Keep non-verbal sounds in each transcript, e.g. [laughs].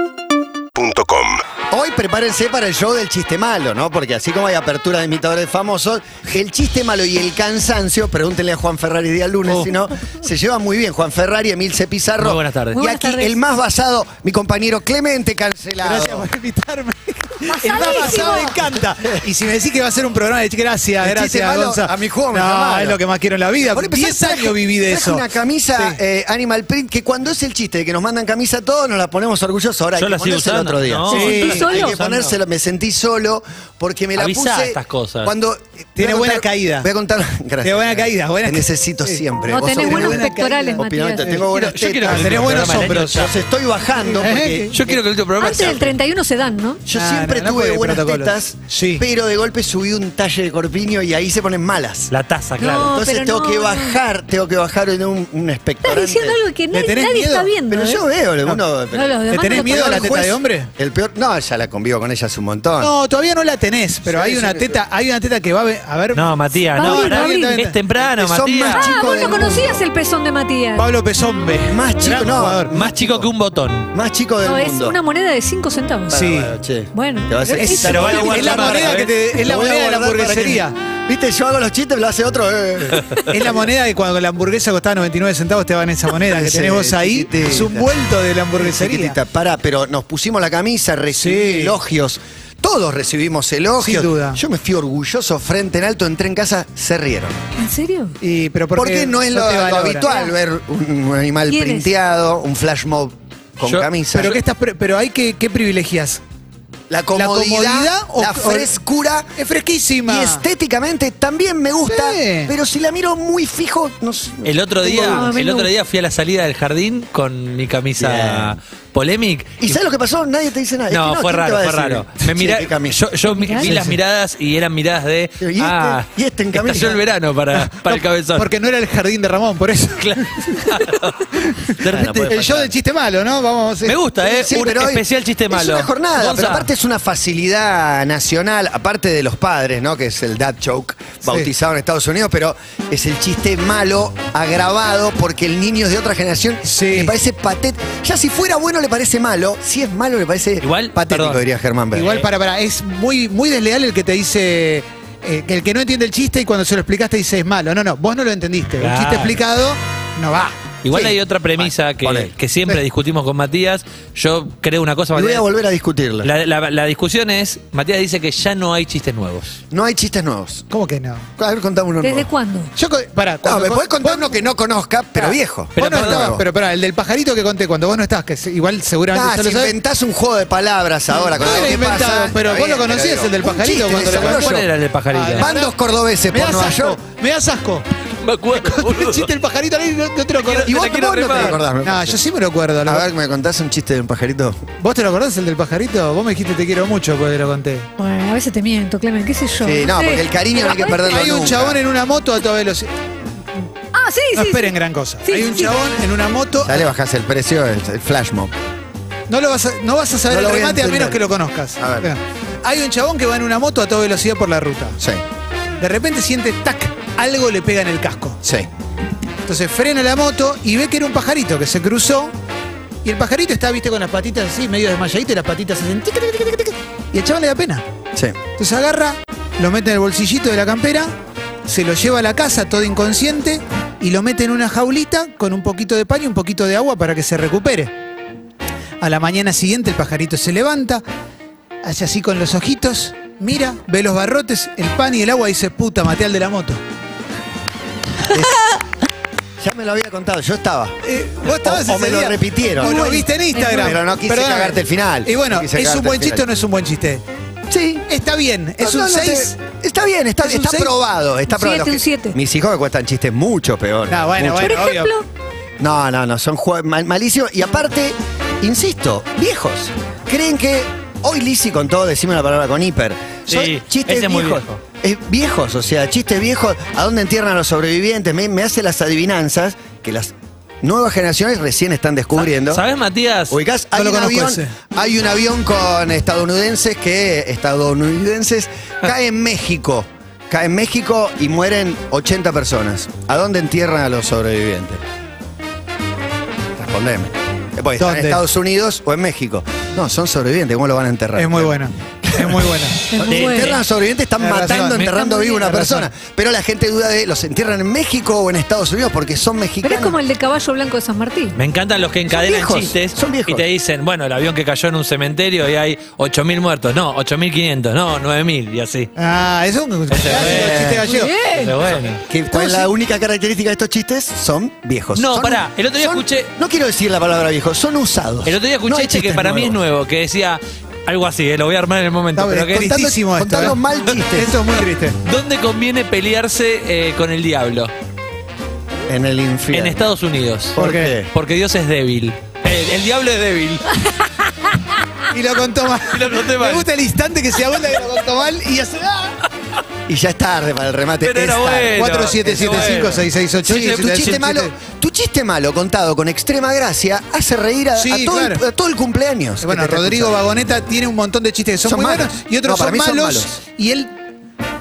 UrbanaPlayFM.com Hoy prepárense para el show del chiste malo, ¿no? Porque así como hay apertura de imitadores famosos, el chiste malo y el cansancio, pregúntenle a Juan Ferrari día lunes, Oh. si no, se lleva muy bien. Juan Ferrari, Emilce Pizarro. Muy buenas tardes. Y Muy buenas aquí tardes. el más basado, mi compañero Clemente Cancelado. Gracias por invitarme. Pasadísimo. Está pasado, me encanta. Y si me decís que va a ser un programa de gracias, El chiste gracias, malo, Gonza. a mi juego me No, llamaron. es lo que más quiero en la vida. Por empezar, 10 traje- años viví de traje eso. una camisa Sí. eh, Animal Print que cuando es el chiste de que nos mandan camisa todos nos la ponemos orgullosos. Ahora Yo hay que la sigo ponérsela usando. otro día. No, Sí. hay ¿Estás solo? que ponérsela, me sentí solo porque me la Avisá puse. estas cosas. Cuando, eh, Tiene voy a buena caída. Voy a contar. Gracias. Tiene buena caída, buena Te caída. necesito Sí. siempre. No Vos tenés sos buenos buena- pectorales, opinante, Matías. tengo buenas Yo quiero- tetas. yo Tenés quiero- buenos programa del año hombros. ya. Los estoy [laughs] bajando porque ¿Eh? Yo quiero que el último programa Antes sea. del 31 se dan, ¿no? yo No, no, siempre no tuve puede buenas protocolos. tetas, Sí. pero de golpe subí un talle de corpiño y ahí se ponen malas. La taza, claro. No, Entonces pero tengo no, que no. bajar, tengo que bajar en un, un Estás expectorante. diciendo algo que ¿Le nadie, tenés nadie miedo? está viendo. Pero ¿eh? yo veo, uno. No, los demás ¿Le tenés no miedo lo a la conocen. teta de hombre? El peor, no, ya la convivo con ella hace un montón. No, todavía no la tenés, pero Ah. Sí, hay sí, una sí. teta, hay una teta que va a ver. A ver No, Matías, Va no, bien, no, va bien. es temprano, Son Matías. más Ah, chico vos del no conocías el pezón de Matías. Pablo Pezombe. Más Gran chico, no, jugador. Más chico que un botón. Más chico del no, es mundo. una moneda de 5 centavos. Sí. Bueno, che. Bueno. Te va a hacer- Es, Pero vale es la guardar moneda para, que te, es la ¿eh? Lo voy a moneda de la guardar para que- hamburguesería. [laughs] Viste, yo hago los chistes, lo hace otro. [laughs] eh. Es la moneda que cuando la hamburguesa costaba 99 centavos te van esa moneda que Sí, tenés vos ahí. chiquitita. Es un vuelto de la hamburguesería. Chiquitita, pará, pero nos pusimos la camisa, recibí Sí. elogios. Todos recibimos elogios. Sin duda. Yo me fui orgulloso, frente en alto, entré en casa, se rieron. ¿En serio? Y, pero Porque, no es lo, te lo valora. habitual ver un, un animal ¿Quién es? printeado, un flash mob con Yo- camisa. Pero, que estás pre- pero hay que, ¿qué privilegias? la comodidad, la, comodidad o- o- frescura. Es fresquísima. Ah. Y este- estéticamente también me gusta, Sí. pero si la miro muy fijo, no sé. El otro Tengo día, dudas. me el no. otro día fui a la salida del jardín con mi camisa polémica. ¿Y sabes lo que pasó? Nadie te dice nada. Es No, que fue ¿quién te raro, va a fue decir? raro. Che, Me mirá- qué camisa. yo yo mi- vi Sí, las sí. miradas y eran miradas de. ¿Y este? ah, ¿Y este en camisa? estalló el verano para, para el cabezón. Porque no era el jardín de Ramón, por eso. Claro. De Ah, no repente, puede [laughs] El show del chiste malo, ¿no? Vamos. me gusta, ¿eh? Sí, un pero hoy especial chiste malo. Es una jornada, Gonza, pero aparte es una facilidad nacional, aparte de los padres, ¿no? Que es el dad joke, bautizado en Estados Unidos, pero es el chiste malo agravado porque el niño es de otra generación. Sí. Le parece patético. Ya si fuera bueno le parece malo, si es malo le parece Igual, patético, perdón. diría Germán Berger. Igual para, para, es muy, muy desleal el que te dice. eh, que el que no entiende el chiste y cuando se lo explicaste dice es malo. No, no, vos no lo entendiste. Un Claro. chiste explicado no va. Igual Sí. hay otra premisa que, ponele. que siempre Sí. discutimos con Matías. Yo creo una cosa, Y voy a Matías. volver a discutirla. La, la- la discusión es, Matías dice que ya no hay chistes nuevos. No hay chistes nuevos. ¿Cómo que no? A ver, contame uno ¿Desde nuevo. cuándo? Yo, co- pará. No, cuando- me podés contar vos- Ah. uno que no conozca, pero viejo. Pero, Pero vos no perdón. estabas, pero pará, el del pajarito que conté cuando vos no estabas, que se- igual seguramente Ah, ya si lo sabés. inventás un juego de palabras ahora con No lo era que inventado, pasa, pero está vos lo bien, conocías, pero el del digo, un pajarito, chiste, cuando lo seguro contó. ¿Cuál yo. era el del pajarito? Ah, Van dos cordobeses Me por das Nueva asco, York. me [laughs] das asco. Me acuerdo, El chiste del pajarito no, no te lo acordás. Y Te vos, la quiero vos no te remar. acordás. me No, parece. yo sí me lo acuerdo. lo- A ver, ¿me contás un chiste de un pajarito? ¿Vos te lo acordás el del pajarito? Vos me dijiste te quiero mucho porque te lo conté. Bueno, a veces te miento, Clemen, qué sé yo. Eh, Sí, no, sé. porque el cariño no hay que perderlo Hay un nunca. chabón en una moto a toda velocidad. Ah, sí, sí. No sí. esperen gran cosa. Sí, Hay sí, un sí. chabón en una moto. Ya le bajás el precio, el, el flash mob. No, lo vas a, no vas a No saber lo voy el a remate a, entender. menos que lo conozcas. A ver. Vean. Hay un chabón que va en una moto a toda velocidad por la ruta. Sí, De repente siente tac, algo le pega en el casco. sí. Entonces frena la moto y ve que era un pajarito que se cruzó. Y el pajarito está, viste, con las patitas así, medio desmayadito, y las patitas hacen tic, tic, tic, tic, tic. Y el chabón le da pena. Sí. Entonces agarra, lo mete en el bolsillito de la campera, se lo lleva a la casa todo inconsciente y lo mete en una jaulita con un poquito de paño y un poquito de agua para que se recupere. A la mañana siguiente el pajarito se levanta, hace así con los ojitos, mira, ve los barrotes, el pan y el agua y dice, puta, maté al de la moto. Ya me lo había contado, yo estaba. Eh, vos estabas O- o ese me lo día. repitieron. O Es lo bueno. viste en Instagram. Pero no quise Perdóname. cagarte el final. Y bueno, No quise ¿es cagarte un el buen chiste final. o no es un buen chiste? Sí. Está bien, es No, un no, no te- 6. Está bien, está, ¿Es un está seis? probado. Está Un probado. siete, Los un siete. que- Mis hijos me cuentan chistes mucho peores. No, bueno, mucho. Por bueno, obvio. ejemplo, No, no, no, son jue- mal- malísimos. Y aparte, insisto, viejos. Creen que hoy Lisi contó, decime la palabra con hiper. Son Sí, chistes ese es muy viejos. viejo. Eh, viejos, o sea, chistes viejos. ¿A dónde entierran a los sobrevivientes? Me, me hace las adivinanzas que las nuevas generaciones recién están descubriendo. ¿Sabes, Matías? Ubicás, No hay, lo un conozco avión, ese. hay un avión con estadounidenses que [laughs] estadounidenses cae en México. Cae en México y mueren 80 personas. ¿A dónde entierran a los sobrevivientes? Respondeme. Eh, Porque están en ¿Dónde? Estados Unidos o en México. No, son sobrevivientes, ¿cómo lo van a enterrar? Es muy buena. Es muy buena. Es muy Le bueno. entierran sobrevivientes, están Tenés matando, razón. enterrando Está muy viva bien, una tenés persona. Pero la gente duda de, ¿los entierran en México o en Estados Unidos? Porque son mexicanos. Pero es como el de caballo blanco de San Martín. Me encantan los que encadenan viejos, chistes son viejos. y te dicen, bueno, el avión que cayó en un cementerio y hay 8.000 muertos. No, 8.500, no, 9.000 y así. Ah, eso es un bueno. chiste gallego. Muy bien. Pero bueno. Que ¿cuál es la única característica de estos chistes? Son viejos. No, Son- pará, el otro día son- escuché- No quiero decir la palabra viejo, son usados. El otro día escuché No hay este que chistes para mí es nuevos. nuevo, que decía algo así, eh, lo voy a armar en el momento. Está pero que bien, dice, Contando- Tristísimo esto, contando ¿eh? mal chistes. Esto es muy triste. ¿Dónde conviene pelearse eh, con el diablo? En el infierno. En Estados Unidos. ¿Por ¿Por qué? qué? Porque Dios es débil. El, el diablo es débil. Y lo contó [laughs] mal. Y lo conté Me mal. gusta el instante que se abuela y lo contó mal y hace. ¡Ah! Y ya es tarde para el remate. Pero es era tarde. bueno. 4775-6688. Sí, tu chiste malo, tu chiste malo contado con extrema gracia hace reír a, Sí, a todo, claro. el, a todo el cumpleaños. Bueno, que te está Rodrigo escuchando. Vagoneta tiene un montón de chistes que son, Son muy malos. buenos y otros No, para son, mí malos, son malos. Y él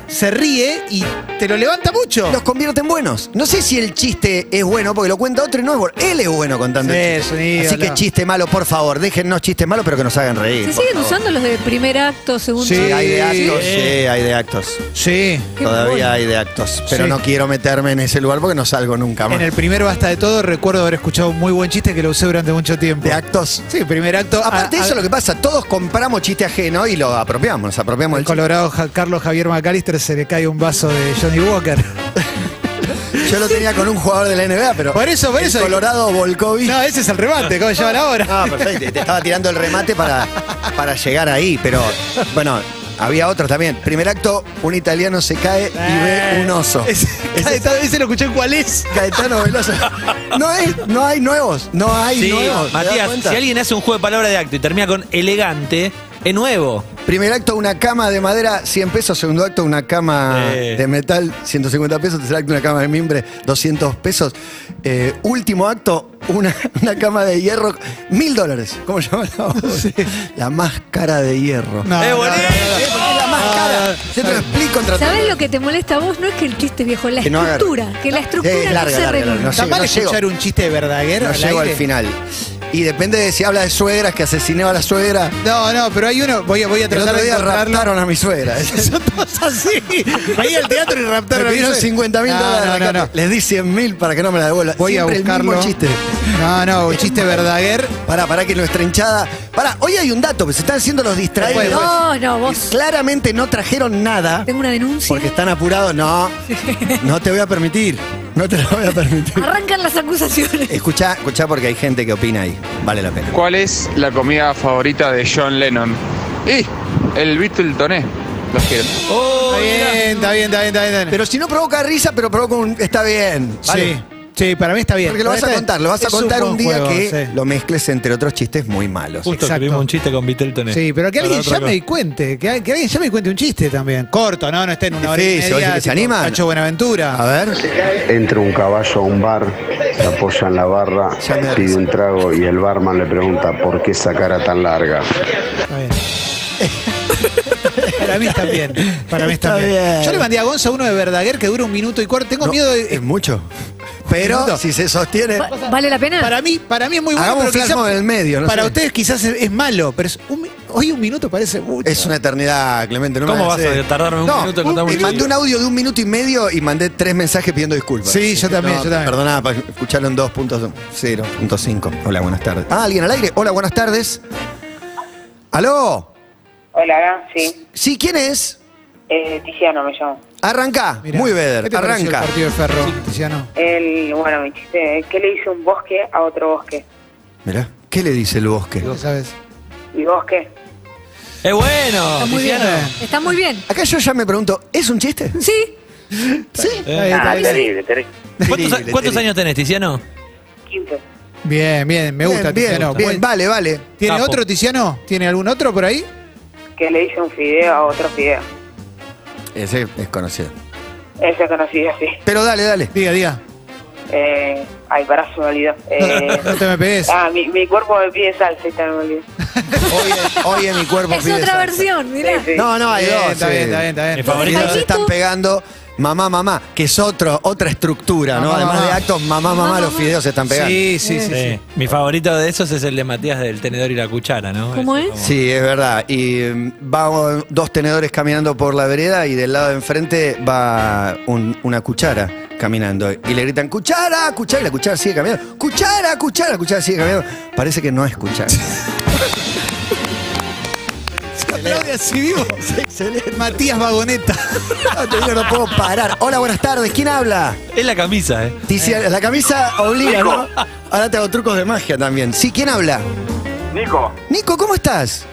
se ríe y te lo levanta mucho. Los convierte en buenos. No sé si el chiste es bueno porque lo cuenta otro y no es bueno. Él es bueno contando Sí, el es un ídolo. chiste. Así que chiste malo, por favor, déjennos chistes malos pero que nos hagan reír. por ¿Se siguen favor. usando los de primer acto, segundo Sí, Sí, hay de actos, Sí. sí, hay de actos. Sí. Qué Todavía bueno. hay de actos. Pero Sí. no quiero meterme en ese lugar porque no salgo nunca más. En el primer Basta de Todo recuerdo haber escuchado un muy buen chiste que lo usé durante mucho tiempo. De actos. Sí, primer acto. Aparte de eso, lo que pasa, todos compramos chiste ajeno y lo apropiamos, nos apropiamos El del chiste. colorado Ja- Carlos Javier McAllister se le cae un vaso de Johnny Walker. Yo lo tenía con un jugador de la NBA, pero. Por eso, por el eso. Colorado Volkovic. [laughs] No, ese es el remate, ¿cómo se llama la hora? Ah, perfecto. y Te estaba tirando el remate para, para llegar ahí, pero bueno, había otros también. Primer acto, un italiano se cae y Eh. Eh. ve un oso. [laughs] Ese, Ese es ese lo escuché en cuál es. Caetano Veloso. No, es, no hay nuevos, no hay Sí, nuevos. ¿te das Matías, cuenta? si alguien hace un juego de palabras de acto y termina con elegante, es nuevo. Primer acto, una cama de madera, 100 pesos. Segundo acto, una cama Eh. de metal, 150 pesos. Tercer acto, una cama de mimbre, 200 pesos. Eh, último acto, una, [laughs] una cama de hierro, 1000 dólares. ¿Cómo se llama la [laughs] obra? La máscara de hierro. Ah, No, Ah. es no, buenísimo. Eh, porque es la más cara. Yo te lo explico contra ¿Sabés lo que te molesta a vos? No es que el chiste es viejo, la Que no haga- estructura. que la estructura Eh, larga, no se larga, renueva. larga, no Está sé, mal no llego. escuchar un chiste verdadero. No al llego al aire. final. Y depende de si habla de suegras, que asesinó a la suegra. No, no, pero hay uno. Voy a, voy a El tratar otro de día encontrarlo. raptaron a mi [laughs] suegra. Son todos así. Va a ir al teatro y raptaron Me a pidieron Michelle. 50 mil No, dólares. No, no, no. Les di 100 mil para que no me la devuelvan. Voy a Siempre el buscarlo. mismo chiste. No, no, un chiste verdadero. Pará, pará que nuestra hinchada. Pará, hoy hay un dato, que se están haciendo los distraídos. Después, No, no, vos. Claramente no trajeron nada Tengo una denuncia. porque están apurados. No, no te voy a permitir. No te lo voy a permitir. [laughs] Arrancan las acusaciones. Escuchá, escuchá porque hay gente que opina ahí. Vale la pena. ¿Cuál es la comida favorita de John Lennon? Y el Beatletoné. Los quiero. Oh, Está mirá. bien, está bien, está bien, está bien. está bien. Pero si no provoca risa, pero provoca un. Está bien. Vale. sí, sí, para mí está bien. Porque lo vas a Está- contar, lo vas a es un contar un, buen día juego, que sí. lo mezcles entre otros chistes muy malos. Justo Exacto. escribimos un chiste con Vitel Toné. Sí, pero que Para alguien otra llame cosa. y cuente, que, que alguien llame y cuente un chiste también. Corto, no, no esté en una hora y Difícil, media. oye, que se tipo animan. Nacho A Buenaventura. ver. Entra un caballo a un bar, se apoya en la barra, Ya me da pide risa. un trago y el barman le pregunta por qué esa cara tan larga. Está bien. Para mí está bien. [laughs] Para mí está, Está bien. bien. Yo le mandé a Gonza uno de Verdaguer que dura un minuto y cuarto. Tengo No, miedo de. Es mucho. Pero si se sostiene. Va- ¿Vale la pena? Para mí, para mí es muy bueno. Eh. Hagamos un pero flash quizás- mob en el medio, no Para sé. ustedes quizás es, es malo, pero es un mi- hoy un minuto parece mucho. Es una eternidad, Clemente. No me ¿Cómo hagas vas a eso. tardarme un No, minuto en contar un y chiste? mandé un audio de un minuto y medio y mandé tres mensajes pidiendo disculpas. Sí, yo también, yo también. Perdona, pa- escucharon 2.0.5. Hola, buenas tardes. Ah, alguien al aire. Hola, buenas tardes. ¿Aló? Hola, sí. Sí, ¿quién es? Eh, Tiziano me llamo. Arranca. Mirá, Muy ¿qué Beder. te pareció Arranca. El partido de Ferro, Tiziano? El, bueno, mi chiste, es, ¿qué le dice un bosque a otro bosque? Mirá, ¿qué le dice el bosque? ¿Qué sabes? ¿Y bosque? Es bueno. Eh, Está muy bien. Tiziano. Eh. Está muy bien. Acá yo ya me pregunto, ¿es un chiste? Sí. Ah, Sí. Está bien, está bien. terrible, terrible. ¿Cuántos, Terrible, cuántos terrible. años tenés, Tiziano? 15. Bien, bien, me gusta, bien, Tiziano. bien, Buen- vale, vale. ¿Tiene Capo. otro, Tiziano? ¿Tiene algún otro por ahí? ¿Qué le dice un fideo a otro fideo? Ese es conocido. Ese conocido así. Pero dale, dale. Diga, diga. Eh, ay, pará, se me olvidó. Eh, [laughs] No te me pegues. ah, mi, mi cuerpo me pide salsa, y me olvidó. [laughs] Hoy, en- hoy en mi cuerpo Es pide otra salsa. versión, mirá. Sí, sí. No, no, hay Bien, dos. está sí. bien, está bien, está bien. Mi favorito. Ellos se están pegando. Mamá, mamá, que es otro, otra estructura, ¿no? Mamá, Además mamá. de actos, mamá, mamá, Mamá, los mamá. fideos se están pegando. Sí. Sí, sí, sí. sí. Sí. eh, Mi favorito de esos es el de Matías del tenedor y la cuchara, ¿no? ¿Cómo Ese es? como- es verdad. Y mm, van dos tenedores caminando por la vereda y del lado de enfrente va un- una cuchara caminando. Y le gritan, cuchara, cuchara, y la cuchara sigue caminando. Cuchara, cuchara, la cuchara sigue caminando. Parece que no es cuchara. Se aplaude así [laughs] vivo. Excelente. Matías Vagoneta. [laughs] No, te digo, no puedo parar. Hola, buenas tardes. ¿Quién habla? Es la camisa, ¿eh? Tiziana, la camisa obliga, ¿no? Ahora te hago trucos de magia también. Sí, ¿quién habla? Nico, Nico, ¿cómo estás?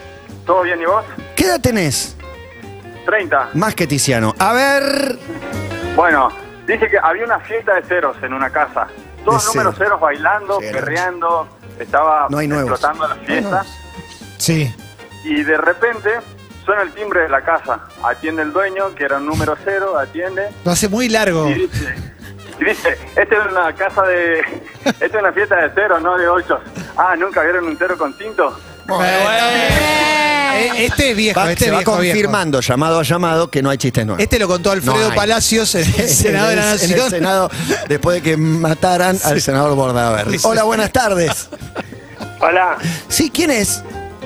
¿todo bien y vos? ¿Qué edad tenés? 30. Más que Tiziano. A ver. Bueno, dice que había una fiesta de ceros en una casa. Todos De números ceros. ceros bailando, Ceros. perreando, estaba No hay nuevos. explotando la No hay fiesta. nuevos. Sí. Y de repente suena el timbre de la casa. Atiende el dueño, que era un número cero, atiende. Lo hace muy largo. Y dice, y dice, esta es una casa de... Esta es una fiesta de ceros, no de ocho. Ah, ¿nunca vieron un cero con tinto? Eh, Este es viejo, Va- se este es va viejo, viejo. confirmando, llamado a llamado, que no hay chistes nuevos. Este lo contó Alfredo No hay. Palacios, el [laughs] En el- senador de la en el Nación. Senado, después de que mataran al senador Bordaberry. Sí, sí. Hola, buenas tardes. Hola, Sí, ¿quién es?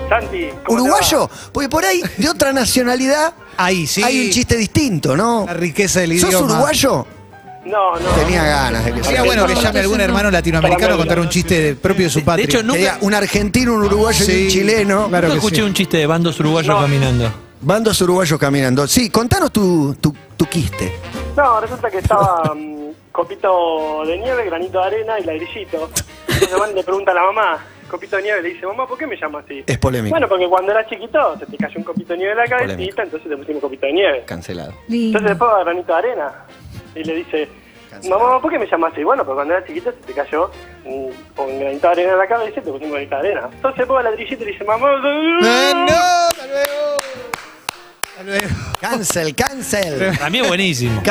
Santi. ¿cómo ¿Uruguayo? Porque por ahí, de otra nacionalidad, Ahí, sí. hay un chiste distinto, ¿no? La riqueza del idioma. ¿Sos uruguayo? te va? No, no. Tenía ganas de que Sería bueno que llame algún hermano latinoamericano a contar un chiste de- propio de su De- de patria. hecho, Que diga, Nunca- un argentino, un uruguayo y Sí. un chileno. Claro Nunca que escuché sí. un chiste de bandos uruguayos No. caminando. Van dos uruguayos caminando. Sí, contanos tu, tu, tu quiste. No, resulta que [laughs] estaba mm, copito de nieve, granito de arena y ladrillito. Entonces van y le pregunta a la mamá, copito de nieve, le dice, mamá, ¿por qué me llamas así? Es polémico. Bueno, porque cuando eras chiquito se te cayó un copito de nieve en la polémico. cabecita, entonces te pusimos copito de nieve. Cancelado. Entonces Lindo. después va granito de arena y le dice, Cancelado. mamá, ¿por qué me llamas así? Bueno, porque cuando eras chiquito se te cayó mm, con granito de arena en la cabeza y te pusimos granito de arena. Entonces va ladrillito y le dice, mamá... Ah, no, hasta luego. Hasta luego. Cancel, cancel. Para mí es buenísimo.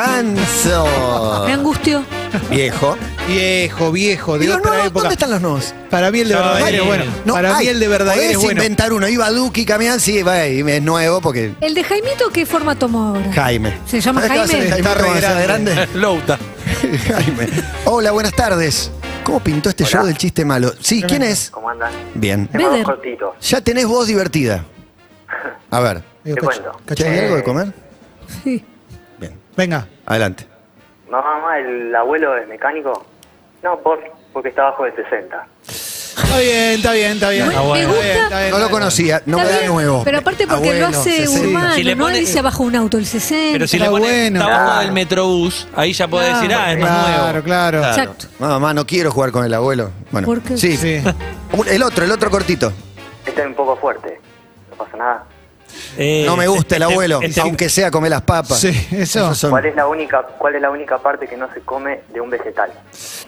Me Cancel. angustió. Viejo. Viejo, viejo, de Digo, otra no, época. ¿dónde están los nuevos? Para mí el de No, verdadero eh, es bueno. No, Para hay. mí el de verdadero Podés es bueno. inventar uno. Iba Duki, caminan, sí, va, y es nuevo porque... ¿El de Jaimito qué forma tomó ahora? Jaime. ¿Se llama ¿Sabés qué va a ser Jaime? Jaime Está re cuando sea grande. grande? Louta. [laughs] Jaime. Hola, buenas tardes. ¿Cómo pintó este show del chiste malo? Sí, ¿quién es? ¿Cómo andan? Bien. Beder. Hermanos cortitos. Ya tenés voz divertida. A ver. Eh, Digo, Te cacho- cuento. cacho- ¿Hay algo de comer? Sí. Bien. Venga. Adelante. No, mamá, el abuelo es mecánico. No, por, porque está abajo de 60. Está bien, está bien, está bien. Me Está bueno, gusta. está bien, está bien, No lo está bien. conocía, no me Está da bien, nuevo. Pero aparte porque Abuelo, lo hace 60. urbano, Si le no pone- dice abajo un auto el 60. Pero si le Está pones bueno. está abajo Claro. del metrobús, ahí ya podés decir, ah, es más Claro, nuevo. claro. Exacto. Mamá, no quiero jugar con el abuelo. Bueno, ¿Por qué? Sí. Sí. Un- El otro, el otro cortito. Este es un poco fuerte. No pasa nada. Eh, No me gusta el este- abuelo, este- aunque sea comer las papas. Sí, eso. Esos son- ¿Cuál es la única cuál es la única parte que no se come de un vegetal?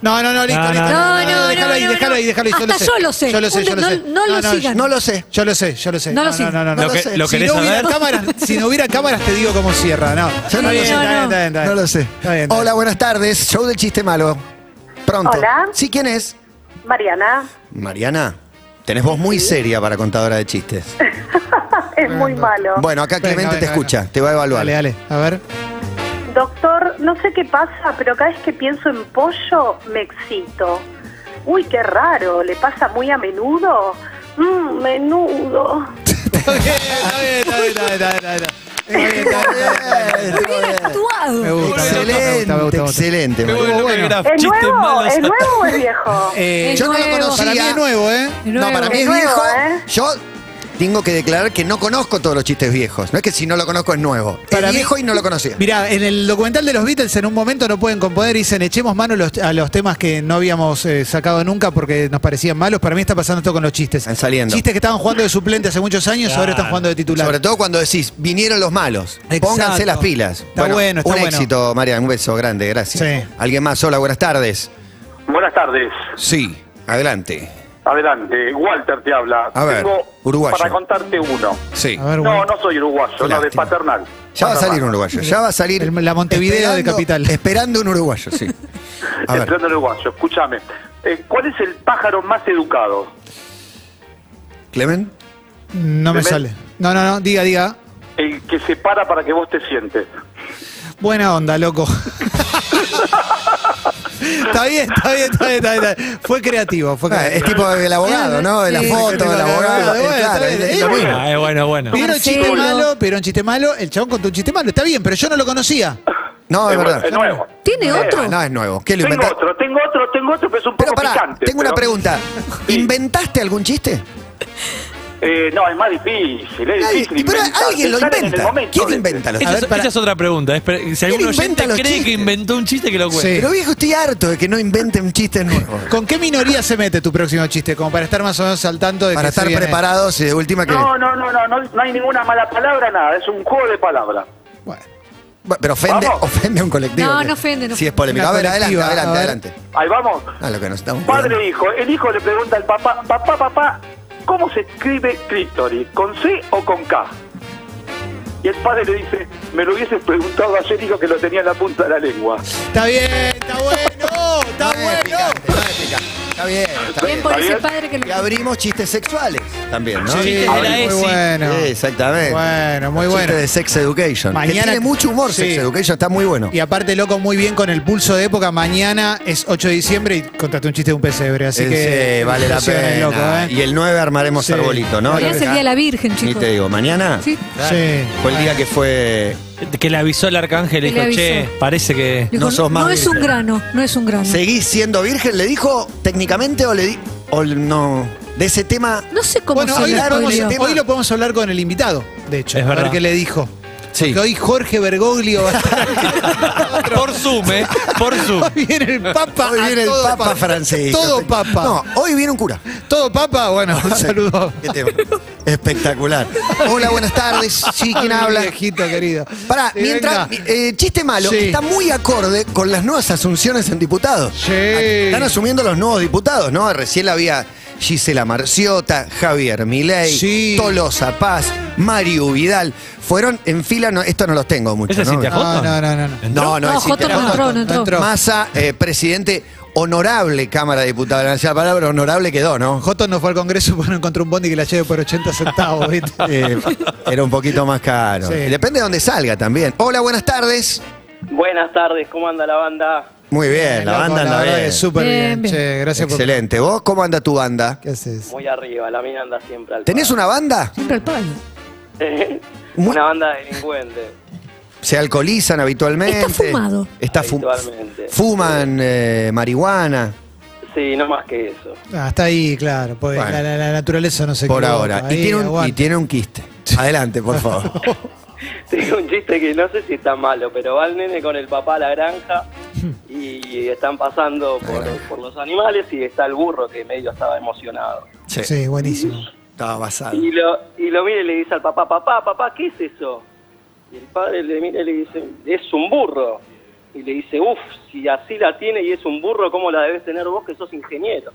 No, no, no, listo, No, listo. no, no, no, Déjalo ahí, no, déjalo ahí, no. déjalo ahí. Hasta yo lo sé. Yo lo sé, Un- yo lo no- sé. no lo sigan. No lo sé. Yo lo sé, yo lo sé. No lo sigan. No, no, Lo no. que- sé. lo Si querés no saber. hubiera cámaras, si no hubiera cámaras te digo cómo cierra, no. Yo no Está lo bien, sé. está bien, está bien, está bien. No lo sé. Está bien, está Hola, bien. buenas tardes. Show del chiste malo. Pronto. Hola. ¿Sí quién es? Mariana, Mariana, tenés voz muy seria para contadora de chistes. es muy malo. Bueno, acá Venga, Clemente te venga, escucha, venga. te va a evaluar. Dale, dale. A ver. Doctor, no sé qué pasa, pero cada vez que pienso en pollo me excito. Uy, qué raro, le pasa muy a menudo. Mmm, menudo. Está bien, está bien, está bien, está bien, está bien, está bien. Está bien, está bien, está bien, está bien. Hubiera Me actuado. gusta, me gusta, me gusta, me Excelente, gusta, me gusta. excelente. Me Mariana. vuelvo Bueno. loco, era ¿Es chistes nuevo? malos. ¿Es nuevo o es viejo? Eh, Es Yo no lo nuevo. conocía. Para mí es nuevo, ¿eh? Es No, nuevo. para mí es Es nuevo, viejo. ¿eh? Yo tengo que declarar que no conozco todos los chistes viejos. No es que si no lo conozco es nuevo. Para es mí- viejo y no lo conocía. Mirá, en el documental de los Beatles en un momento no pueden componer y dicen echemos mano los- a los temas que no habíamos eh, sacado nunca porque nos parecían malos. Para mí está pasando esto con los chistes. Están saliendo. Chistes que estaban jugando de suplente hace muchos años, ahora están jugando de titular. Sobre todo cuando decís, vinieron los malos. Exacto. Pónganse las pilas. Está bueno, está un bueno. éxito, Marian. Un beso grande, gracias. Sí. ¿Alguien más? Hola, buenas tardes. [laughs] Buenas tardes. Sí, adelante. Adelante, Walter te habla. A ver, Tengo uruguayo. para contarte uno. Sí. A ver, No, bueno. no soy uruguayo, no, de Lástima. paternal. Ya va a Paternal. salir un uruguayo. Ya va a salir. El- la Montevideo de esperando- Capital. Esperando un uruguayo, sí. A ver. Entrando uruguayo, escúchame. Eh, ¿Cuál es el pájaro más educado? Clemen. No me ¿Clemente? sale. No, no, no, diga, diga. El que se para para que vos te sientes. Buena [laughs] onda, loco. está, bien, está bien, está bien, está bien, está bien. Fue creativo, fue Ah, es creativo. tipo el abogado, ¿no? De la Sí. foto, del abogado. Bueno, claro, está bien. es lo Eh, mismo. Ah, es bueno, bueno. Pidieron chiste Marcelo. malo, pidieron chiste malo, el chabón contó un chiste malo. Está bien, pero yo no lo conocía. No, es bueno, verdad. Eh, es nuevo. ¿Tiene otro? Ah, No, es nuevo. ¿Qué lo Tengo inventaste? otro, tengo otro, tengo otro, pero es un Pero poco pará, picante. tengo una pero- pregunta. ¿Inventaste algún chiste? Eh, no, es más difícil, es Nadie- difícil. pero inventar, alguien lo pensar en el inventa. momento, ¿Quién ¿viste? inventa los Esa, ver, es- para- esa es otra pregunta. es pre- si algún oyente inventa los cree que chistes? inventó un chiste que lo cuente. Sí. Pero viejo, estoy harto de que no inventen chistes nuevos. ¿Con qué minoría se mete tu próximo chiste? Como para estar más o menos al tanto de Para que se estar viene. preparados y de última que. No, no, no, no, no, no hay ninguna mala palabra, nada, es un juego de palabras. Bueno. Bueno, Pero ofende, Vamos. ofende a un colectivo. No, que- no ofende, no Sí, es polémico. A Una ver, adelante, colectiva, adelante, a ver. adelante. Ahí vamos. Ah, lo que nos estamos Padre e hijo, el hijo le pregunta al papá, papá, papá, ¿cómo se escribe clítoris? ¿Con C o con K? Y el padre le dice, me lo hubieses preguntado ayer, hijo, que lo tenía en la punta de la lengua. Está bien, está bueno, está bueno. Está bien, está Bien bien. por ¿Está ese bien? padre que lo... Y abrimos chistes sexuales también, ¿no? Sí, Chistes de la muy ESI. bueno. Sí, exactamente. Bueno, muy Chiste bueno. de Sex Education. Mañana- Que tiene mucho humor Sí. Sex Education, está muy bueno. Y aparte, loco, muy bien con el pulso de época. Mañana es 8 de diciembre y contaste un chiste de un pesebre, así Eh, Sí, que. vale la impresiones, pena. loco, ¿eh? Y el 9 armaremos Sí. arbolito, ¿no? Mañana es el día de la Virgen, Ni chicos. te digo, mañana Sí. Sí. fue el día que fue Que le avisó el arcángel y Que le dijo, che, avisó. parece que. Dijo, No sos más es un virgen". [laughs] grano, no es un grano. ¿Seguís siendo virgen? ¿Le dijo técnicamente o le di o l- no? De ese tema. No sé cómo Bueno, se hoy, le lo podemos, spoileó. tema. hoy lo podemos hablar con el invitado, de hecho. Es A verdad. ver qué le dijo. Sí. Que hoy Jorge Bergoglio va a [laughs] estar. Por Zoom, ¿eh? [laughs] Por Zoom. Hoy viene el Papa. Hoy a viene el todo Papa pa- Francisco. Todo Papa. No, hoy viene un cura. Todo Papa, bueno, un saludo. Qué tema. Espectacular. Hola, buenas [laughs] tardes. Sí, ¿quién habla? Viejito querido. Pará, Sí, mientras. venga. eh, chiste malo, Sí. está muy acorde con las nuevas asunciones en diputados. Sí. Están asumiendo los nuevos diputados, ¿no? Recién había Gisela Marciota, Javier Milei, Sí. Tolosa Paz, Mario Vidal. Fueron en fila, no, esto no los tengo mucho. ¿Ese es ¿no? Cintia No, Houghton? no, no, no. no. No, no, No, es Joto no Cintia entró, Houghton. no entró. No entró. Massa, eh, presidente honorable Cámara de Diputados. La la palabra honorable quedó, [laughs] ¿no? Joto no fue al Congreso porque no encontró un bondi que la lleve por 80 centavos, ¿viste? Eh, era un poquito más caro. Sí. Depende de dónde salga también. Hola, buenas tardes. Buenas tardes, ¿cómo anda la banda? Muy bien, Eh, la Loco, banda anda verdad bien. que Súper Bien, bien, bien. Che, gracias Excelente. ¿Vos cómo anda tu banda? por. ¿Qué haces? Muy arriba, la mina anda siempre al ¿Tenés una banda? Siempre al palo. [laughs] Muy- Una banda delincuente. ¿Se alcoholizan habitualmente? Está fumado. Está fu- Habitualmente. fuman eh, marihuana. Sí, no más que eso. Ah, está ahí, claro. pues, Bueno. la, la- la naturaleza no se por equivoca, ahora. ahí, y, tiene un, y aguanta. tiene un quiste. Adelante, por favor. Tengo un chiste que no sé si está malo, pero va el nene con el papá a la [laughs] granja y están pasando por, por los animales y está el burro que medio estaba emocionado. Che, [laughs] Sí, buenísimo. Estaba basado. Y lo, y lo mira y le dice al papá, papá, papá, ¿qué es eso? Y el padre le mira y le dice, es un burro. Y le dice, uff, si así la tiene y es un burro, ¿cómo la debes tener vos que sos ingeniero?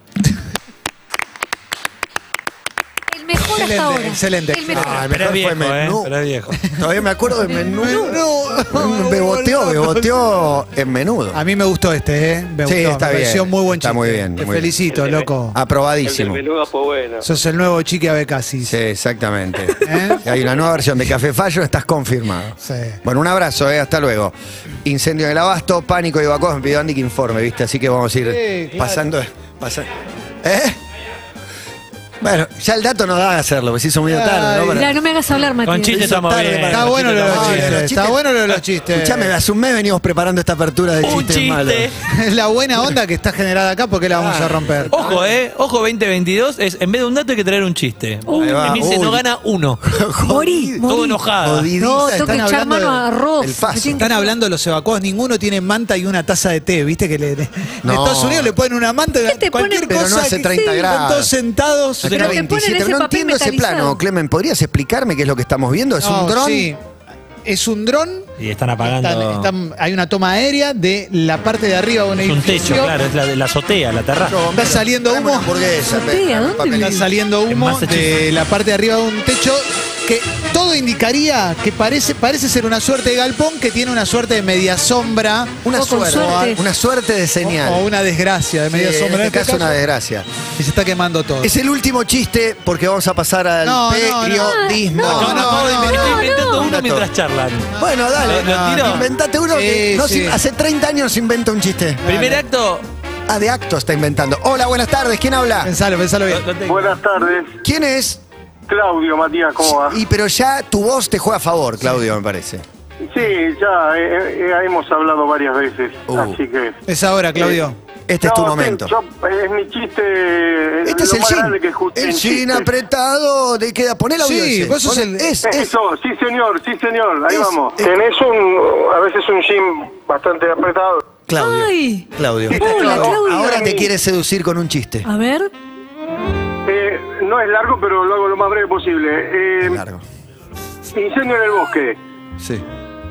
El mejor Excelente, hasta ahora. excelente, El mejor. Ah, el Pero es mejor viejo, fue Menú. ¿eh? Pero es viejo. Todavía me acuerdo de menudo. Menú. Beboteó, beboteó en menudo. A mí me gustó este, ¿eh? Me Sí, está gustó. me bien, pareció muy buen está chiste. muy bien, Te muy bien. Ah. felicito, loco. El del Aprobadísimo. menudo fue bueno. Sos el nuevo chique Abecasis. Sí, exactamente. [laughs] ¿Eh? Hay una nueva versión de Café Fallo, estás confirmado. Sí. Bueno, un abrazo, eh, hasta luego. Incendio en el abasto, pánico y evacuados, me pidió Andy que informe, ¿viste? Así que vamos a ir Sí, claro. pasando, pasa- ¿Eh? Bueno, ya el dato no da a hacerlo, porque se hizo medio tarde, ¿no? Ay, Para- Mirá, no me hagas hablar, Matías. Con chiste estamos tarde bien. para- Está bueno lo de los no, chistes. los Está chistes- bueno lo de los chistes. Escuchame, hace un mes venimos preparando esta apertura de Un chistes chiste. malos. Es [laughs] la buena onda que está generada acá porque la vamos a romper. Ojo, ¿eh? Ojo 2022 es en vez de un dato hay que traer un chiste. Ahí va, En mí se uy. no gana uno. Morí, Todo morí. enojada. Jodidiza, No, están Tengo que echar hablando mano de- a arroz. el faso. Me tienen que- Están hablando de los evacuados, ninguno tiene manta y una taza de té, ¿viste? Que le, en No. Estados Unidos le ponen una manta ¿Qué y te cualquier ponen? Pero cosa. no hace que- 30 sí, grados. están todos sentados. Acá Pero te ponen 27, ese no papel entiendo ese metalizado. plano, Clemen. ¿Podrías explicarme qué es lo que estamos viendo? ¿Es un No, dron? sí. Es un dron. Y están apagando. Están- están- hay una toma aérea de la parte de arriba de un es un edificio. techo, claro, es la, la azotea, la terraza. Está saliendo Dame humo. una hamburguesa, Sortea, pe- ¿dónde papelito. Está saliendo humo Massachusetts. de la parte de arriba de un techo que todo indicaría que parece, parece ser una suerte de galpón que tiene una suerte de media sombra Una O con suerte, suerte. una suerte de señal. o una desgracia de Sí, media en sombra. este caso, una desgracia. y se está quemando todo. Es el último chiste porque vamos a pasar al No, no, periodismo. No, no, no, no, estoy inventando uno mientras charlan. Bueno, dale, Lo- lo tiro. inventate uno Sí, que no, sí. si- hace 30 años se inventa un chiste. Primer acto. Ah, de acto está inventando. Hola, buenas tardes, ¿quién habla? Pensalo, pensalo bien. lo- lo tengo. Buenas tardes, ¿Quién es? Claudio Matías, ¿cómo va? Y pero ya tu voz te juega a favor, Claudio, me parece. Sí, ya eh, eh, hemos hablado varias veces, Uh. así que... Es ahora, Claudio. Este es tu No, sí, momento. yo- eh, es mi chiste. eh, Este es lo el más jean. grande que escuché El en jean chistes. Eh, apretado, de queda. Poné el audio. Sí, ese. vos sos Poné- el- Es, es. Eso, sí señor, sí señor, ahí Es- vamos. es- Tenés un, a veces un gym bastante apretado. Claudio. Ay. Claudio. Hola, Claudio. Ahora te quieres seducir con un chiste. A ver. Eh, no es largo, pero lo hago lo más breve posible. Eh, Largo. Incendio en el bosque. Sí,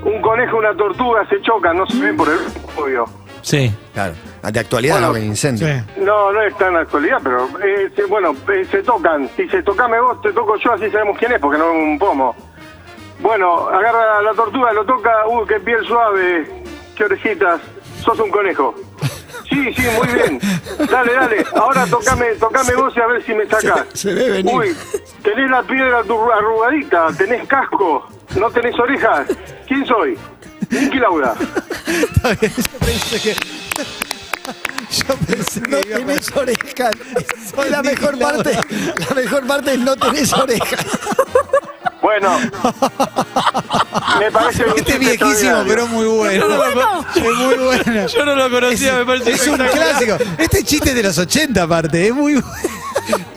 Un conejo y una tortuga se chocan, no se ven por el obvio. Sí. claro. De actualidad Bueno, no, que incendio. No, no es tan actualidad, pero eh, se- bueno, eh, se tocan. Dice, tocame vos, te toco yo, así sabemos quién es, porque no es un pomo. Bueno, agarra la tortuga, lo toca, uy, qué piel suave, qué orejitas, sos un conejo. Sí, sí, muy bien. Dale, dale, ahora tocame, tocame vos y a ver si me sacás. se ve venir. Uy, tenés la piel arru- arrugadita, tenés casco, no tenés orejas. ¿Quién soy? Niki Laura. Está bien, yo pensé que. Yo pensé que. No iba a- tenés orejas. [laughs] Es la mejor parte. La mejor parte es no tenés orejas. Bueno, me parece un Este chiste es viejísimo, extraordinario. pero muy bueno. Es muy bueno. Yo no lo conocía, me parece. Es un clásico. Este chiste es de los 80, aparte. Es muy bueno.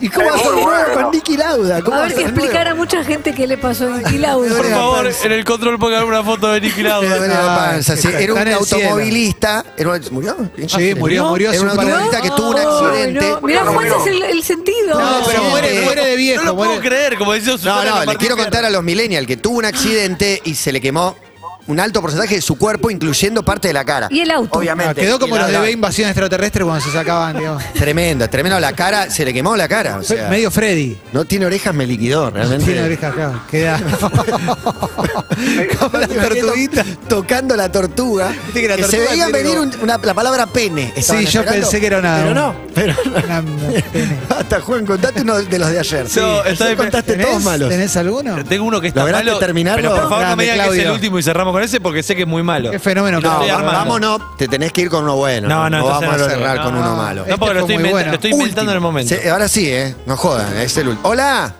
¿Y cómo [laughs] Es vas a muy jugar [laughs] bueno. con Nicky Lauda? ¿Cómo A vas ver si hacer nuevo? explicara a mucha gente qué le pasó a Niki Lauda. Por Oiga, favor, Pans. en el control pongan una foto de Nicky Me duele Lauda. la Ah, panza, sí. está Era un en el cielo. automovilista. Era un- ¿Murió? Sí, murió, murió Era un hace un par de- automovilista que tuvo un accidente. Mira, No, Juan no. es el, el sentido. No, pero sí. muere, muere de viejo. No lo puedo muere- creer, como decía No, Susana no, le Martín quiero Fierro. contar a los millennials que tuvo un accidente y se le quemó un alto porcentaje de su cuerpo, incluyendo parte de la cara. Y el auto. Ah, Obviamente. quedó como Y la- los de la- B invasión extraterrestre cuando se [laughs] sacaban, digamos. Tremendo, tremendo. La cara, se le quemó la cara. o sea, Medio Freddy. No tiene orejas, me liquidó, realmente. Tiene orejas acá. Queda. [laughs] Como la tortuguita tocando la tortuga. que la que se tortuga veía tiene venir como- un- una- la palabra pene. estaban Sí, yo esperando, pensé que era una. Pero no, pero una- una- [laughs] [laughs] tenés. Hasta Juan, contate uno de los de ayer. No, está Ayer bien, contaste ¿Tenés- todos malos. ¿Tenés alguno? Tengo uno que está ¿Lograste malo. terminarlo? Pero por favor, no Grande, me digan que es el Claudio. último y cerramos con ese porque sé que es muy malo. Qué fenómeno. No, No, estoy Claudio. armando. vámonos, te tenés que ir con uno bueno. No, no, no entonces vamos no a sé. cerrar No, con uno malo. No, porque Este lo estoy, fue muy inventa- bueno. lo estoy inventando en el momento. Sí, ahora sí, ¿eh? No jodan, es el último. Hola,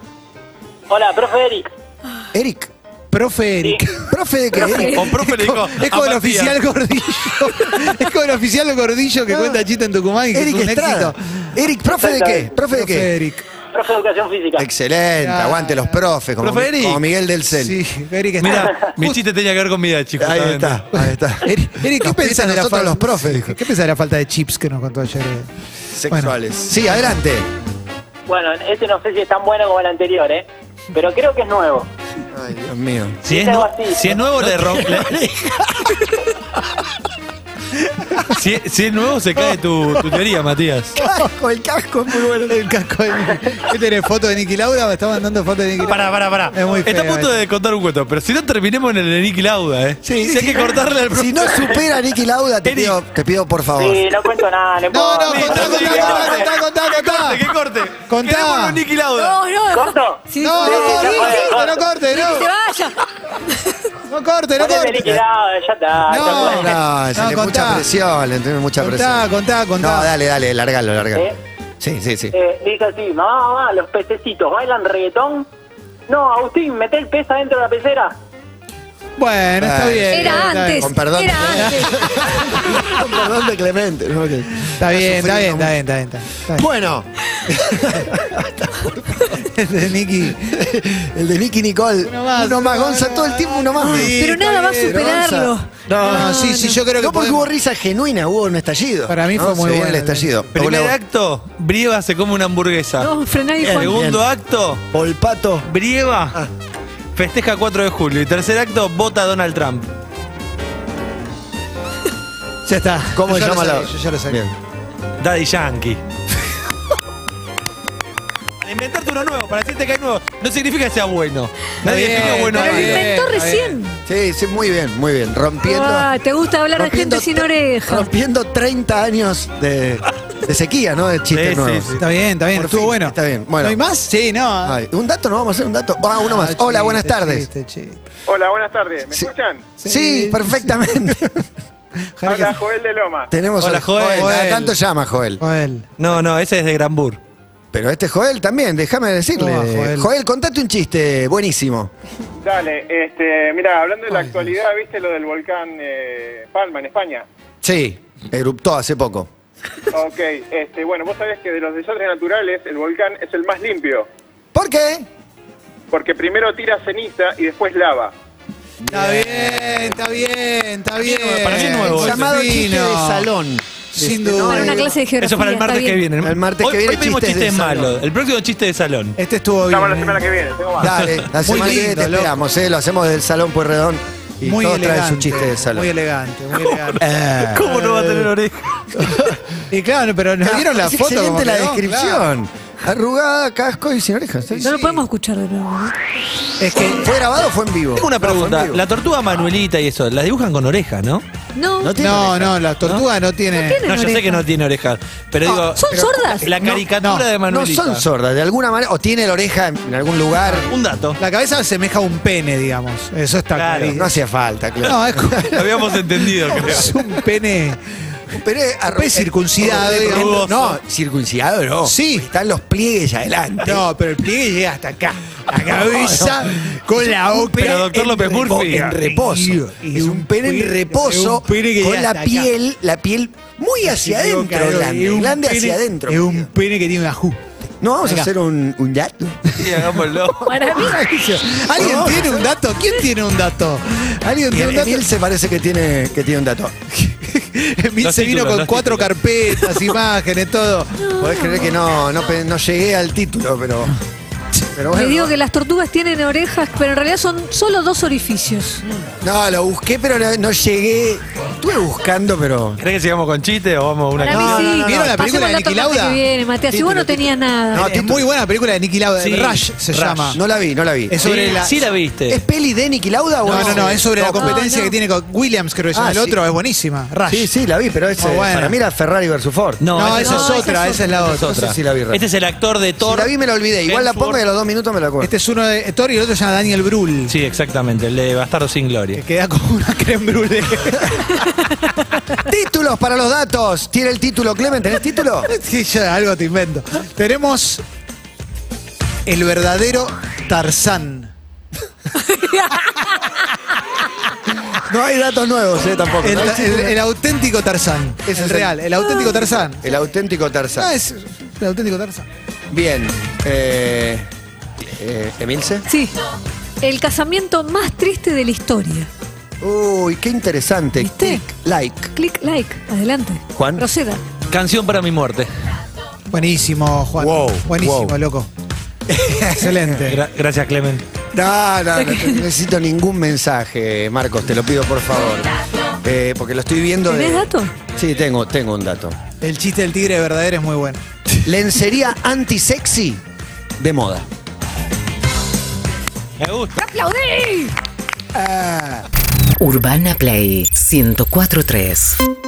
Hola, profe Eric. Eric. Profe Eric. ¿Profe de qué? Eric? O profe Es le digo, como, es como el apatía. oficial gordillo. [laughs] es como el oficial gordillo que cuenta chiste en Tucumán y que es Ah. Eric un Estrada. éxito. Eric, ¿profe de qué? ¿Profe de Profe qué? Eric. Profe de educación física. Excelente, Ah. aguante los profes, como, Profe Eric. como Miguel del Cel. Sí, Eric Estrada. Mira, mi chiste tenía que ver con vida, chicos. Ahí está, ahí está. [laughs] Eric, Eric, ¿qué Nos pensás piensan de la nosotros falta los profes, dijo. ¿Qué pensás de la falta de chips que nos contó ayer? eh? Sexuales. Sí, adelante. Bueno, este no sé si es tan bueno como el anterior, ¿eh? Pero creo que es nuevo. Ay, Dios [laughs] mío. Si es, Algo nu- así. si es nuevo, le rompe. [laughs] si, es- si es nuevo, se cae tu, tu teoría, Matías. Casco, el casco es muy bueno. El casco de ¿Qué tenés? ¿Foto de Niki Lauda? Me está mandando foto de Niki Lauda. Pará, pará, pará. Es muy Está a feo punto de contar un cuento, pero si no terminemos en el de Nicky Lauda, ¿eh? si hay que cortarle al Si no supera a Nicky Lauda, te Eric. pido, te pido por favor. Sí, no cuento nada, no No, puedo. no, contá, Sí, contá, sí, contá, sí. contá, contá, contá. que corte. Contá. Queremos un Nicky Lauda. No, no. ¿Corto? Sí, No, no, sí, sí, no, sí, Nicky, sí. no corte, Que se no. Eh, vaya. No corte, no Ponete corte. liquidado, Ah, ya está. ya No, fue. No, se No, le contá. mucha presión, le tiene mucha Contá, presión. contá, No, contá. dale, dale, largalo, largalo. ¿Eh? Sí, sí, [laughs] sí. Eh, dice así, mamá, mamá, Ah, los pececitos bailan reggaetón. No, Agustín, mete el pez adentro de la pecera. Bueno, está Ay, bien. Era está bien. antes. Con perdón. Era antes. Con perdón de Clemente. ¿no? Que Está bien, está bien, sufriendo está bien, está bien. está bien. [laughs] Bueno, De Nicky. el de Nicky Nicole. Uno Uno más, más, uno Gonza, más. todo el tiempo uno más. [laughs] Sí, Pero está nada va a bien, superarlo. Gonza. No, sí, sí, yo creo que no porque podemos. hubo risa genuina, hubo un estallido. Para mí ¿no? fue muy Se viene bueno. el estallido. Primer Hola, acto, Brieva se come una [laughs] hamburguesa. No, frená y Juan. Segundo acto, Polpato. Brieva Ah. festeja 4 de julio. Y tercer acto, vota a Donald Trump. Ya está. ¿Cómo Yo se ya llama lo la.? [laughs] sabía, Yo ya lo sabía. Bien. Daddy Yankee. Juan, inventarte uno nuevo para decirte que hay nuevo no significa que sea bueno. Está Nadie bien, definió bueno o está Pero lo malo. bien. inventó está recién. Sí, sí, muy bien, muy bien. Rompiendo. Ah, te gusta hablar de gente sin tre- oreja. Rompiendo 30 años de, de sequía, ¿no? De chistes Sí, sí, nuevos. sí. Está bien, está bien, Por estuvo fin, bueno. está bien, bueno. ¿No hay más? Ah, Sí, no. Ay, un dato, no vamos a hacer un dato. Ah, uno más. Ah, Hola, buenas chiste, tardes. chiste, chiste. Hola, buenas tardes. ¿Me Sí. escuchan? Sí, Sí, perfectamente. [laughs] Ojalá que- Joel de Loma. Tenemos Hola, a Joel. Cada tanto llama Joel. Joel. No, no, ese es de Granbur. Pero este Joel también, déjame decirle. No, Joel. Joel. contate un chiste buenísimo. Dale, este, mira, hablando de la Ay, actualidad, ¿viste lo del volcán eh, Palma en España? Sí, eruptó hace poco. Ok, este, bueno, vos sabés que de los desastres naturales, el volcán es el más limpio, ¿Por qué? porque primero tira ceniza y después lava. Está bien, está bien, está bien. para mí es nuevo. Eh, Llamado Fino. chiste de salón. Sin Este, duda. no, Para una eh, clase de geografía. Eso para el está martes bien. que viene. El martes Hoy- que viene Hoy pedimos chistes de chistes salón. malos. El próximo chiste de salón. Este estuvo bien. Llama la eh. semana que viene, tengo más. Dale, [laughs] la Muy semana que viene lindo, te loco. esperamos, ¿eh? Lo hacemos del Salón Puerredón y muy todos elegante, traen su chiste de salón. Muy elegante, [laughs] muy elegante. Eh, [laughs] ¿Cómo no va a tener oreja? Y claro, pero nos dieron la Ah, es foto. como Excelente la quedó, claro. descripción. Arrugada, casco y sin orejas. ¿sí? No lo podemos escuchar de nuevo. ¿eh? Es que ¿Fue grabado o fue en vivo? Tengo una No, fue en pregunta. vivo. La tortuga Manuelita y eso, las dibujan con oreja, ¿no? No, No tiene no, oreja. no, la tortuga no, tiene. tiene- No, yo sé oreja. Ah, que no tiene orejas. Pero digo. ¿son pero- sordas? La No, caricatura no, de No Manuelita. son sordas, de alguna manera. O tiene la oreja en en algún lugar. Un [laughs] dato. La cabeza asemeja a un pene, digamos. Eso está Claro. claro. No hacía falta, claro. No, eh. es, como- Lo habíamos entendido, [laughs] creo. es un pene. Pero es Pero es circuncidado, digamos. No, circuncidado no. Sí. Están los pliegues adelante. No, pero el pliegue llega hasta acá. La cabeza con la boca. Pero, doctor en López repo- Murphy. En reposo. Y Es un pene en reposo es un pene que con llega la hasta piel, la piel muy hacia acá. adentro, Es un grande, pene- grande hacia adentro. Es un pene que tiene una ju. No vamos Acá. a hacer un, un [laughs] dato. Sí, hagámoslo. para mí. ¿Alguien tiene un dato? ¿Quién tiene un dato? ¿Alguien tiene un dato? Daniel se parece que tiene, que tiene un dato. [laughs] Emil Los se vino títulos, con los cuatro títulos. carpetas, imágenes, todo. Podés creer que no, no, pe- no llegué al título, pero. Pero Te bueno. digo que las tortugas tienen orejas, pero en realidad son solo dos orificios. No, lo busqué, pero no, no llegué. Estuve buscando, pero. ¿Crees que sigamos con chistes o vamos a una Para mí canción? no, sí. no, no. ¿Vieron la película de Pasemos Niki al martes Lauda? que viene, Matías. Si vos no tenías nada. No, título. es Este, muy buena la película de Nicky Lauda. Sí. Rush se Rush. llama. No la vi, no la vi. Es Sí, sobre la. sí la viste. ¿Es peli de Niki Lauda o No, no, no, es sobre la competencia no. que tiene con Williams, creo que se Ah, llama el sí. otro, es buenísima. Rush. Sí, sí, la vi, pero es, Muy eh, buena. para mí era Ferrari versus Ford. No, Oh, No, esa esa no, es esa otra, es esa es la otra. otra. No sé si la vi realmente. Este es el actor de Si Thor. la vi me la olvidé. Igual la pongo y a los dos minutos me la acuerdo. Este es uno de Thor y el otro se llama Daniel Brühl. Sí, exactamente, el de Bastardo sin Que Gloria. queda como una creme brûlée. Títulos para los datos. Tiene el título, Clemen. ¿Tenés título? sí, ya algo te invento. Tenemos el verdadero Tarzán. No hay datos nuevos, eh, tampoco. El, No hay el- título. el auténtico Tarzán. Ese es el el- real, el auténtico Tarzán. El auténtico Ah, Tarzán. es el auténtico Tarzán. Bien. Eh, eh, ¿Emilce? Sí. El casamiento más triste de la historia. Uy, qué interesante. ¿Viste? Click, like. Clic, like. Adelante. Juan. Proceda. Canción para mi muerte. Buenísimo, Juan. Wow, Buenísimo, wow. [laughs] loco. Excelente. Gra- gracias, Clement. No, [laughs] no, no te- necesito ningún mensaje, Marcos, te lo pido por favor. Eh, porque lo estoy viendo. ¿Tenés de- dato? Sí, tengo, tengo un dato. El chiste del tigre verdadero es muy bueno. Lencería antisexy de moda. Me gusta. ¡Aplaudí! Urbana Play 1043.